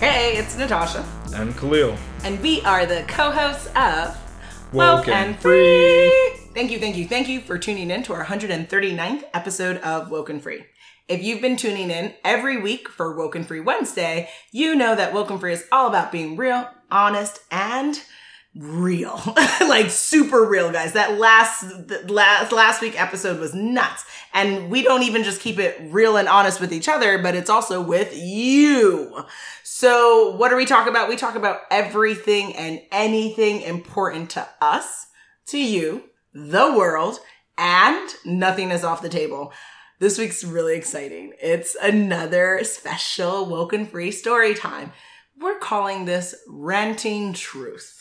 Hey, it's Natasha, And Khalil. and we are the co hosts of Woke and Free. Thank you, thank you, thank you for tuning in to our 139th episode of Woken Free. If you've been tuning in every week for Woken Free Wednesday, you know that Woken Free is all about being real, honest, and real like super real guys that last the last last week episode was nuts and we don't even just keep it real and honest with each other but it's also with you so what do we talk about we talk about everything and anything important to us to you the world and nothing is off the table this week's really exciting it's another special woken free story time we're calling this ranting truth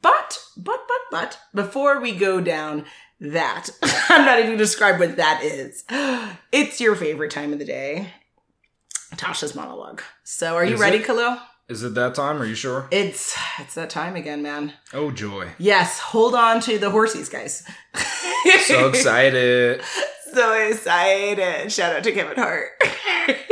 but, but, but, but, before we go down that, I'm not even gonna describe what that is. It's your favorite time of the day. Tasha's monologue. So are you Is ready, it? Khalil? Is it that time? Are you sure? It's it's that time again, man. Oh, joy. Yes, hold on to the horsies, guys. So excited. so excited. Shout out to Kevin Hart.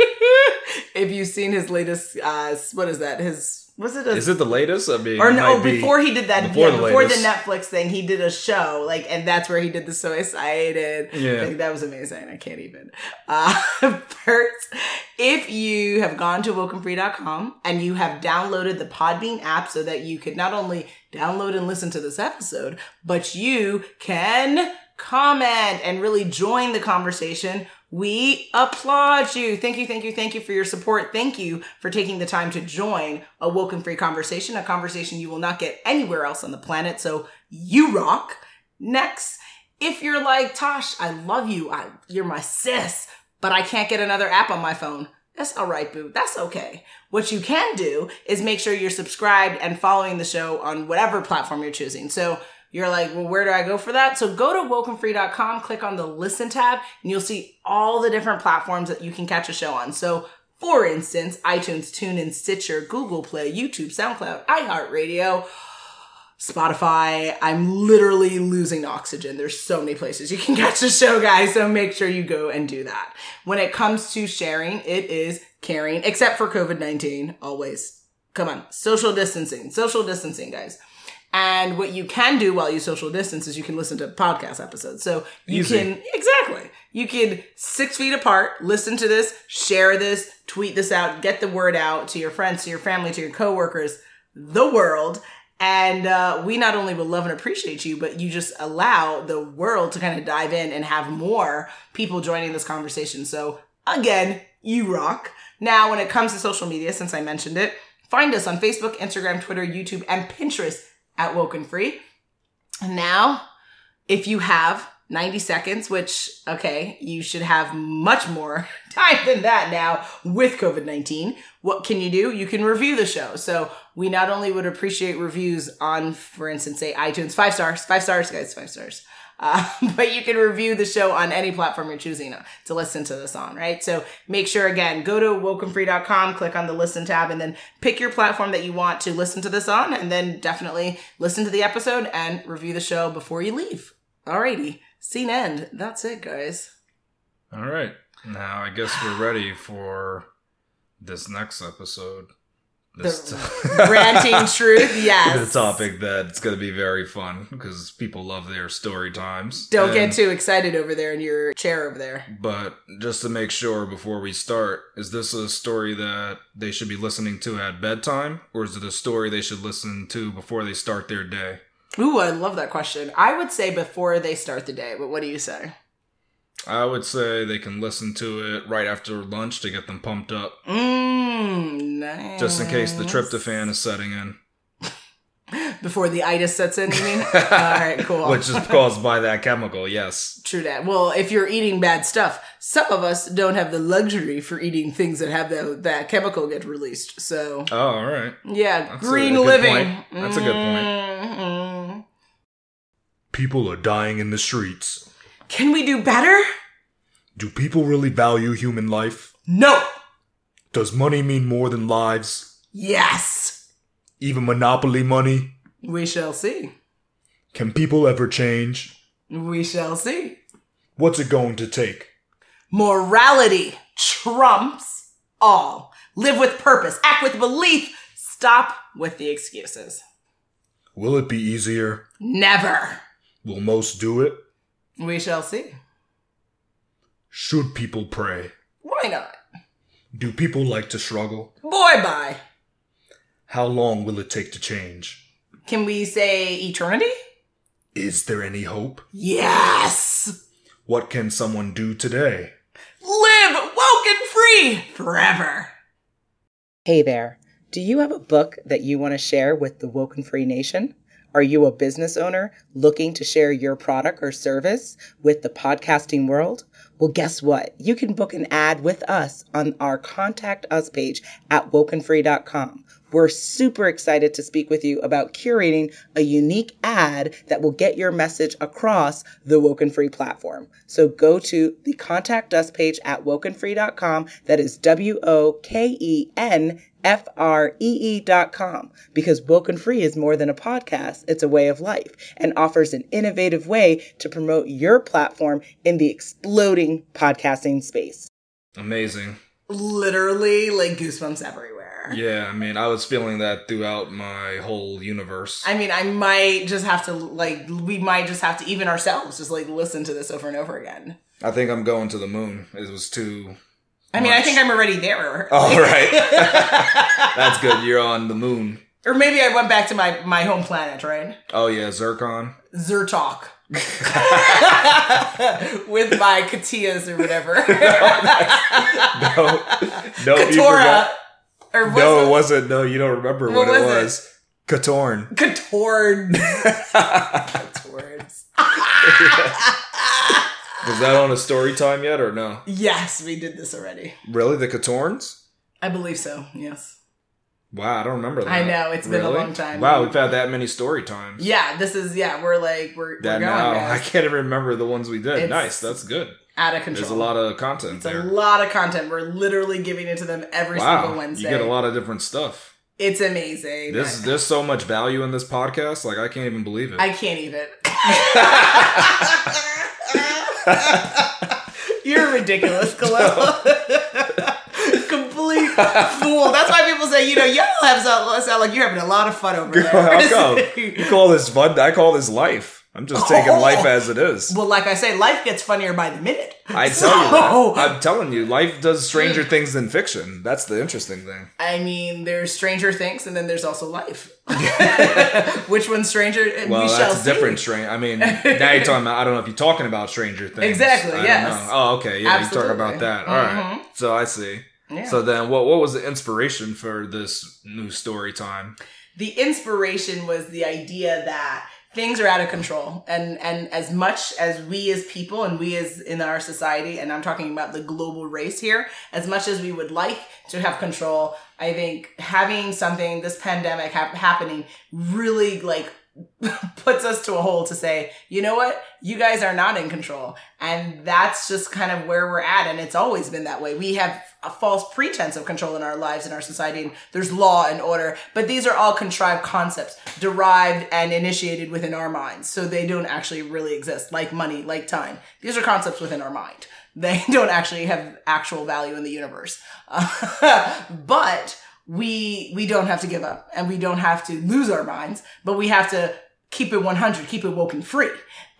if you've seen his latest uh what is that? His was it a Is it the latest? I mean, or it no, might be. before he did that, before, yeah, Before the before the latest. Netflix thing, he did a show like, and that's where he did the so excited. Yeah. Like, that was amazing. I can't even. Uh, first, if you have gone to wokenfree.com and you have downloaded the Podbean app so that you could not only download and listen to this episode, but you can comment and really join the conversation. We applaud you. Thank you, thank you, thank you for your support. Thank you for taking the time to join a Woken Free conversation, a conversation you will not get anywhere else on the planet. So you rock. Next, if you're like, Tosh, I love you. I, you're my sis, but I can't get another app on my phone. That's all right, boo. That's okay. What you can do is make sure you're subscribed and following the show on whatever platform you're choosing. So you're like, well, where do I go for that? So go to wokenfree.com, click on the listen tab, and you'll see all the different platforms that you can catch a show on. So for instance, iTunes, TuneIn, Stitcher, Google Play, YouTube, SoundCloud, iHeartRadio, Spotify. I'm literally losing oxygen. There's so many places you can catch the show, guys. So make sure you go and do that. When it comes to sharing, it is caring, except for COVID 19, always. Come on, social distancing, social distancing, guys. And what you can do while you social distance is you can listen to podcast episodes. So you Easy. can, exactly, you can six feet apart, listen to this, share this, tweet this out, get the word out to your friends, to your family, to your coworkers, the world. And uh, we not only will love and appreciate you, but you just allow the world to kind of dive in and have more people joining this conversation. So, again, you rock. Now, when it comes to social media, since I mentioned it, find us on Facebook, Instagram, Twitter, YouTube, and Pinterest at Woken Free. And now, if you have 90 seconds, which, okay, you should have much more time than that now with COVID 19, what can you do? You can review the show. So we not only would appreciate reviews on, for instance, say iTunes, five stars, five stars, guys, five stars. Uh, but you can review the show on any platform you're choosing to listen to this on, right? So make sure again, go to wokenfree.com, click on the listen tab, and then pick your platform that you want to listen to this on, and then definitely listen to the episode and review the show before you leave. Alrighty, scene end. That's it, guys. All right. Now, I guess we're ready for this next episode. This The ranting truth, yes. The topic that's going to be very fun because people love their story times. Don't And- get too excited over there in your chair over there. But just to make sure before we start, is this a story that they should be listening to at bedtime, or is it a story they should listen to before they start their day? Ooh, I love that question. I would say before they start the day, but what do you say? I would say they can listen to it right after lunch to get them pumped up, Mmm, nice. just in case the tryptophan is setting in, Before the itis sets in, you mean? All right, cool. which is caused by that chemical. Yes, True that. Well, if you're eating bad stuff, some of us don't have the luxury for eating things that have that, that chemical get released. So, Oh, all right. yeah, That's a green good living. point. That's a good point. Mhm. People are dying in the streets. Can we do better? Do people really value human life? No. Does money mean more than lives? Yes. Even monopoly money? We shall see. Can people ever change? We shall see. What's it going to take? Morality trumps all. Live with purpose, act with belief, Stop with the excuses. Will it be easier? Never. Will most do it? We shall see. Should people pray? Why not? Do people like to struggle? Boy, bye. How long will it take to change? Can we say eternity? Is there any hope? Yes. What can someone do today? Live woke and free forever. Hey there. Do you have a book that you want to share with the Woken Free Nation? Are you a business owner looking to share your product or service with the podcasting world? Well, guess what? You can book an ad with us on our contact us page at wokenfree.com. We're super excited to speak with you about curating a unique ad that will get your message across the Woken Free platform. So go to the contact us page at wokenfree.com. That is W O K E N F R E E dot com because Woken Free is more than a podcast, it's a way of life and offers an innovative way to promote your platform in the exploding podcasting space. Amazing. Literally, like goosebumps everywhere. Yeah, I mean, I was feeling that throughout my whole universe. I mean, I might just have to, like, we might just have to, even ourselves, just like listen to this over and over again. I think I'm going to the moon. It was too. I mean, I much. think I'm already there. All right. That's good. You're on the moon. Or maybe I went back to my, my home planet, right? Oh, yeah, Zircon. Zertalk. With my Katias or whatever. No. No, you Katora. forgot. Or was No, it it- wasn't. No, you don't remember What what, it was it? was. Katorn. Katorn. Katorns. Was that on a story time yet or no? Yes, we did this already. Really? The Katorns? I believe so, yes. Wow, I don't remember that. I know, it's been a long time. Wow, we've had that many story times. Yeah, this is, yeah, we're like, we're, That we're going now I guys. can't even remember the ones we did. It's- nice, that's good. out of control. There's a lot of content It's there. a lot of content. We're literally giving it to them every single wow, you Wednesday. get a lot of different stuff. It's amazing. This there's so much value in this podcast. Like I can't even believe it. I can't even. You're ridiculous, Khalil. Complete fool. That's why people say, you know, y'all have sound, sound like you're having a lot of fun over there. How come? You call this fun? I call this life. I'm just taking Oh. life as it is. well, like I say, life gets funnier by the minute. I tell you, So- that. I'm telling you, life does stranger things than fiction. That's the interesting thing. I mean, there's Stranger Things, and then there's also life. Which one's stranger? Well, we shall that's see. different. Stranger. I mean, now you're talking about. I don't know if you're talking about Stranger Things. Exactly, I don't yes. know. Oh, okay. Yeah, you talk Absolutely. Mm-hmm. about that. All right. So I see. Yeah. So then, what what was the inspiration for this new story time? the inspiration was the idea that things are out of control and and as much as we as people and we as in our society and i'm talking about the global race here as much as we would like to have control i think having something this pandemic hap happening really like puts us to a hole to say you know what you guys are not in control and that's just kind of where we're at and it's always been that way we have a false pretense of control in our lives in our society and there's law and order but these are all contrived concepts derived and initiated within our minds so they don't actually really exist like money like time these are concepts within our mind they don't actually have actual value in the universe but we we don't have to give up and we don't have to lose our minds but we have to keep it 100 keep it woken free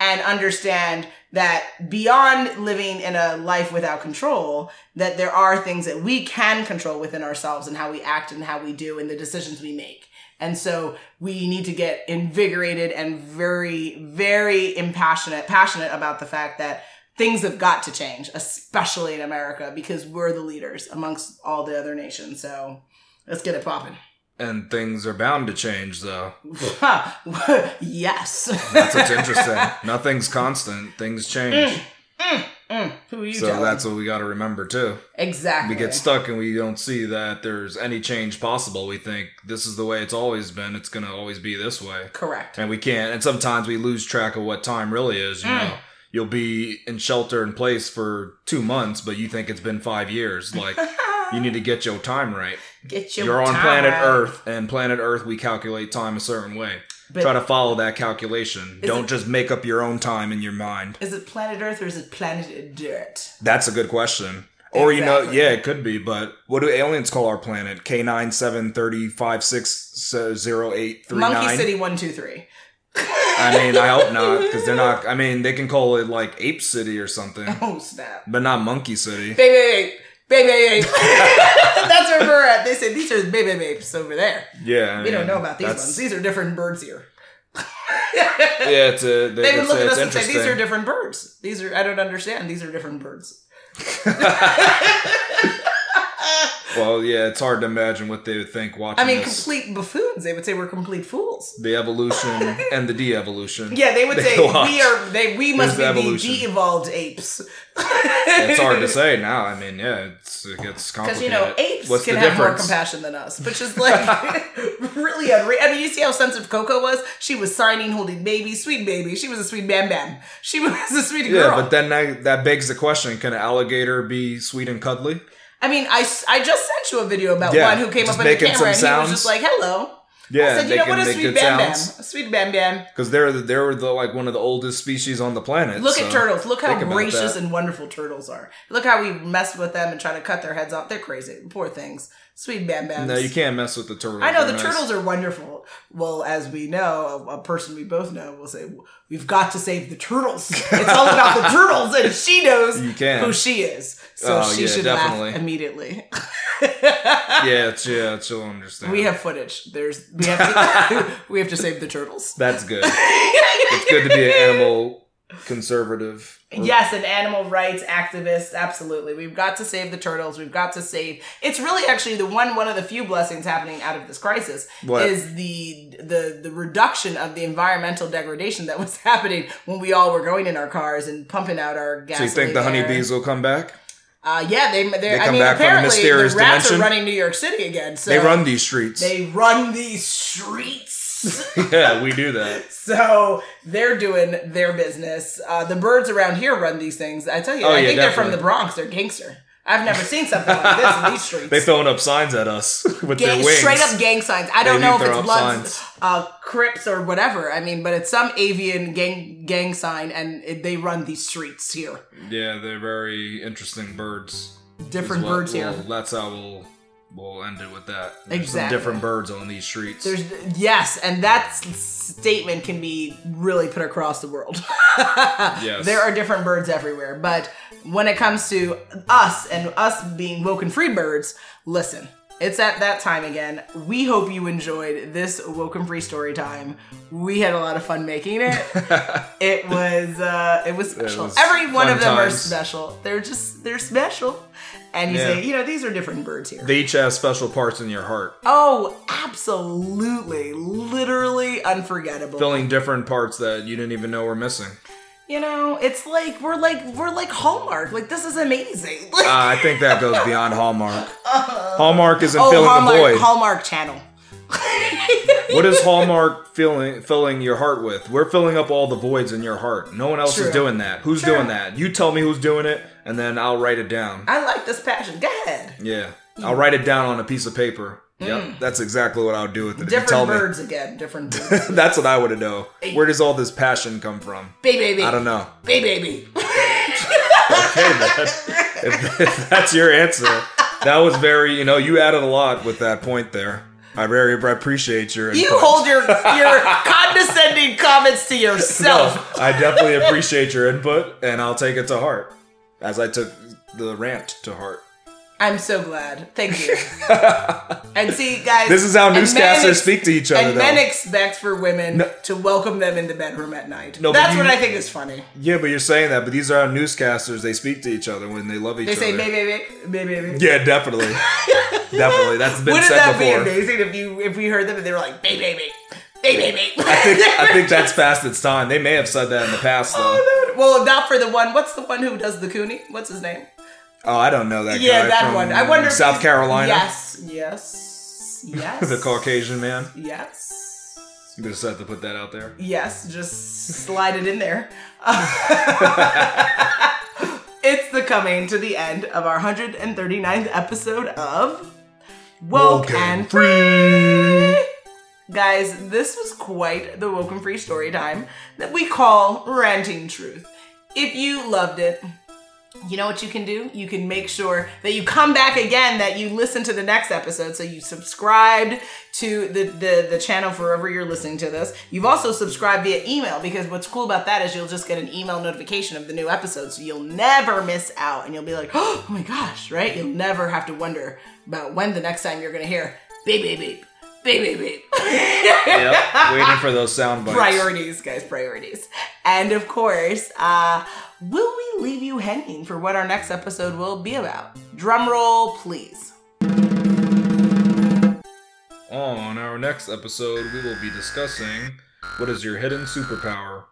and understand that beyond living in a life without control that there are things that we can control within ourselves and how we act and how we do and the decisions we make and so we need to get invigorated and very very impassionate passionate about the fact that things have got to change especially in america because we're the leaders amongst all the other nations so let's get it popping And things are bound to change, though. yes That's what's interesting. Nothing's constant. Things change. Mm, who are you so telling? that's what we got to remember too. exactly We get stuck and we don't see that there's any change possible. We think this is the way it's always been. It's going to always be this way. correct And we can't. And sometimes we lose track of what time really is. You know, you'll be in shelter in place for two months, but you think it's been five years. Like, you need to get your time right. get your You're on time planet right. Earth, and planet Earth, we calculate time a certain way. But- Try to follow that calculation. Don't it- just make up your own time in your mind. is it planet earth or is it planet dirt That's a good question. Or you know, Exactly. yeah, it could be, but what do aliens call our planet? K nine seven thirty five six zero eight three Monkey nine. City one two three. I mean, I hope not, because they're not. I mean, they can call it like Ape City or something, Oh snap. but not Monkey City. Baby babe. Babe babe babe. That's where we're at. They said these are baby babes over there. Yeah, I we don't mean, know about these that's- ones. These are different birds here. Yeah, it's a, they, they would would look at say it's us and say, interesting. These are different birds. These are I don't understand. These are different birds. well, yeah, it's hard to imagine what they would think watching I mean, this. complete buffoons. They would say we're complete fools. the evolution and the de-evolution. Yeah, they would They say watch. we are. They we must There's the be evolution. the de-evolved apes. it's hard to say now. I mean, yeah, it's, it Because gets complicated. you know, apes What's can the have more difference? compassion than us, which is like really unreal. I mean, you see how sensitive Coco was? She was signing, holding baby, sweet baby. She was a sweet bam bam. She was a sweet Yeah, girl. but then that, that begs the question: Can an alligator be sweet and cuddly? I mean, I, s- I just sent you a video about Yeah, one who came just up in the making camera and some he was sounds. just like, "Hello." Yeah, I said, they "You know can what? A make sweet good bam bam, a sounds sweet bam bam." because they're the, they're the, like one of the oldest species on the planet. Look so at turtles. Look how think about gracious that. and wonderful turtles are. Look how we mess with them and try to cut their heads off. They're crazy. Poor things. Sweet bam bams. No, you can't mess with the turtles. I know the They're nice. turtles are wonderful. Well, as we know, a, a person we both know will say, "We've got to save the turtles." It's all about the turtles, and she knows You can. who she is, so Oh, she yeah, should definitely. laugh immediately. Yeah, it's, yeah, it's, you'll understand. We have footage. There's we have to, we have to save the turtles. That's good. it's good to be an animal conservative. or Yes, an animal rights activist. Absolutely, we've got to save the turtles. We've got to save. It's really actually the one one of the few blessings happening out of this crisis What? is the the the reduction of the environmental degradation that was happening when we all were going in our cars and pumping out our So you gasoline. think the there. honeybees will come back? Uh, yeah, they they. I come mean, back from a apparently mysterious the rats dimension? are running New York City again. So They run these streets. They run these streets. yeah, we do that. So they're doing their business. Uh, the birds around here run these things. I tell you, Oh, I yeah, think they're from definitely. the Bronx. They're gangster. I've never seen something like this in these streets. They throwing up signs at us with gang, their wings. straight up gang signs. I don't They know if do it's throw up Bloods, signs. uh, Crips, or whatever. I mean, but it's some avian gang gang sign, and it, they run these streets here. Yeah, they're very interesting birds. Different Well, birds here. well, that's how we'll we'll end it with that. There's some Exactly. different birds on these streets. There's yes, and that s- statement can be really put across the world. yes. There are different birds everywhere, but when it comes to us and us being woken free birds, listen. It's at that time again. We hope you enjoyed this woken free story time. We had a lot of fun making it. it was uh it was special. was Every one fun of them are times. special. They're just they're special. And you Yeah. say, you know, these are different birds here. they each have special parts in your heart, Oh, absolutely. Literally unforgettable. filling different parts that you didn't even know were missing. you know, it's like we're like we're like Hallmark. Like this is amazing. Like, Uh, I think that goes beyond Hallmark. Hallmark isn't oh, filling Hallmark, the void. Hallmark Channel. what is Hallmark filling filling your heart with? We're filling up all the voids in your heart. No one else True. is doing that. Who's True. doing that? You tell me who's doing it, and then I'll write it down. I like this passion. Go ahead. yeah, I'll write it down on a piece of paper. Yep, that's exactly what I would do with it. If you tell Mm. Different me. birds again. Different birds. That's what I want to know. Where does all this passion come from? baby, baby. I don't know. Baby, baby. Okay, man. If, if that's your answer, that was very, you know, you added a lot with that point there. I very I appreciate your You input. hold your your condescending comments to yourself. No, I definitely appreciate your input, and I'll take it to heart, as I took the rant to heart. I'm so glad. Thank you. and see, guys, This is how and men newscasters ex- speak to each other, And men though. expect for women to welcome them in the bedroom at night. No, but that's you- what I think is funny. Yeah, but you're saying that, but these are our newscasters. They speak to each other when they love each They say, other. "Baby, baby, baby, baby." Yeah, definitely, definitely. That's been Wouldn't said that before. be amazing if you if we heard them and they were like, "Baby, baby, baby, baby"? I think, I think that's past its time. They may have said that in the past, Oh, though. well, not for the one. What's the one who does the Cooney? What's his name? Oh, I don't know that guy. yeah, that from one. I wonder. if South he's- Carolina. Yes, yes, yes. The Caucasian man. Yes. You just have to put that out there. Yes, just slide it in there. it's the coming to the end of our 139th episode of Woke Woken and Free. Guys, this was quite the Woke and Free story time that we call Ranting Truth. If you loved it, you know what you can do? You can make sure that you come back again, that you listen to the next episode. So you subscribed to the, the, the channel wherever you're listening to this. You've also subscribed via email because what's cool about that is you'll just get an email notification of the new episode. So you'll never miss out and you'll be like, oh my gosh, right? You'll never have to wonder about when the next time you're going to hear beep, beep, beep, beep, beep, beep. Yep. Waiting for those sound bites. priorities, guys, priorities. And of course, uh, will we leave you hanging for what our next episode will be about? Drum roll, please. On our next episode, we will be discussing what is your hidden superpower.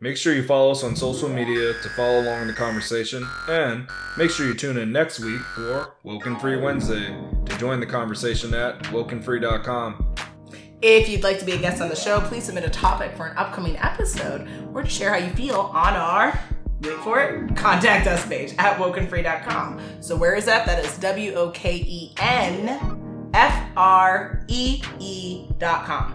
Make sure you follow us on social media to follow along in the conversation, and make sure you tune in next week for Woken Free Wednesday. To join the conversation at wokenfree.com. If you'd like to be a guest on the show, please submit a topic for an upcoming episode or to share how you feel on our wait for it contact us page at wokenfree.com. So where is that? That is W O K E N F R E E dot com.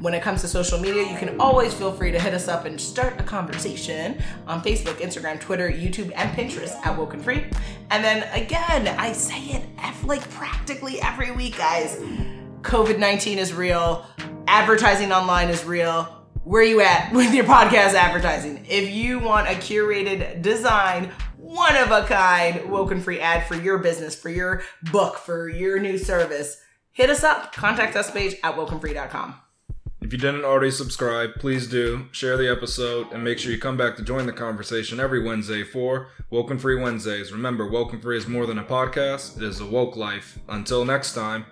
When it comes to social media, you can always feel free to hit us up and start a conversation on Facebook, Instagram, Twitter, YouTube, and Pinterest at Woken Free. And then again, I say it ev- like practically every week, guys. COVID 19 is real, advertising online is real. Where you at with your podcast advertising? If you want a curated design, one of a kind, woken free ad for your business, for your book, for your new service, hit us up. Contact us page at wokenfree.com. If you didn't already subscribe, please do. Share the episode, and make sure you come back to join the conversation every Wednesday for Woken Free Wednesdays. Remember, Woken Free is more than a podcast, it is a woke life. Until next time.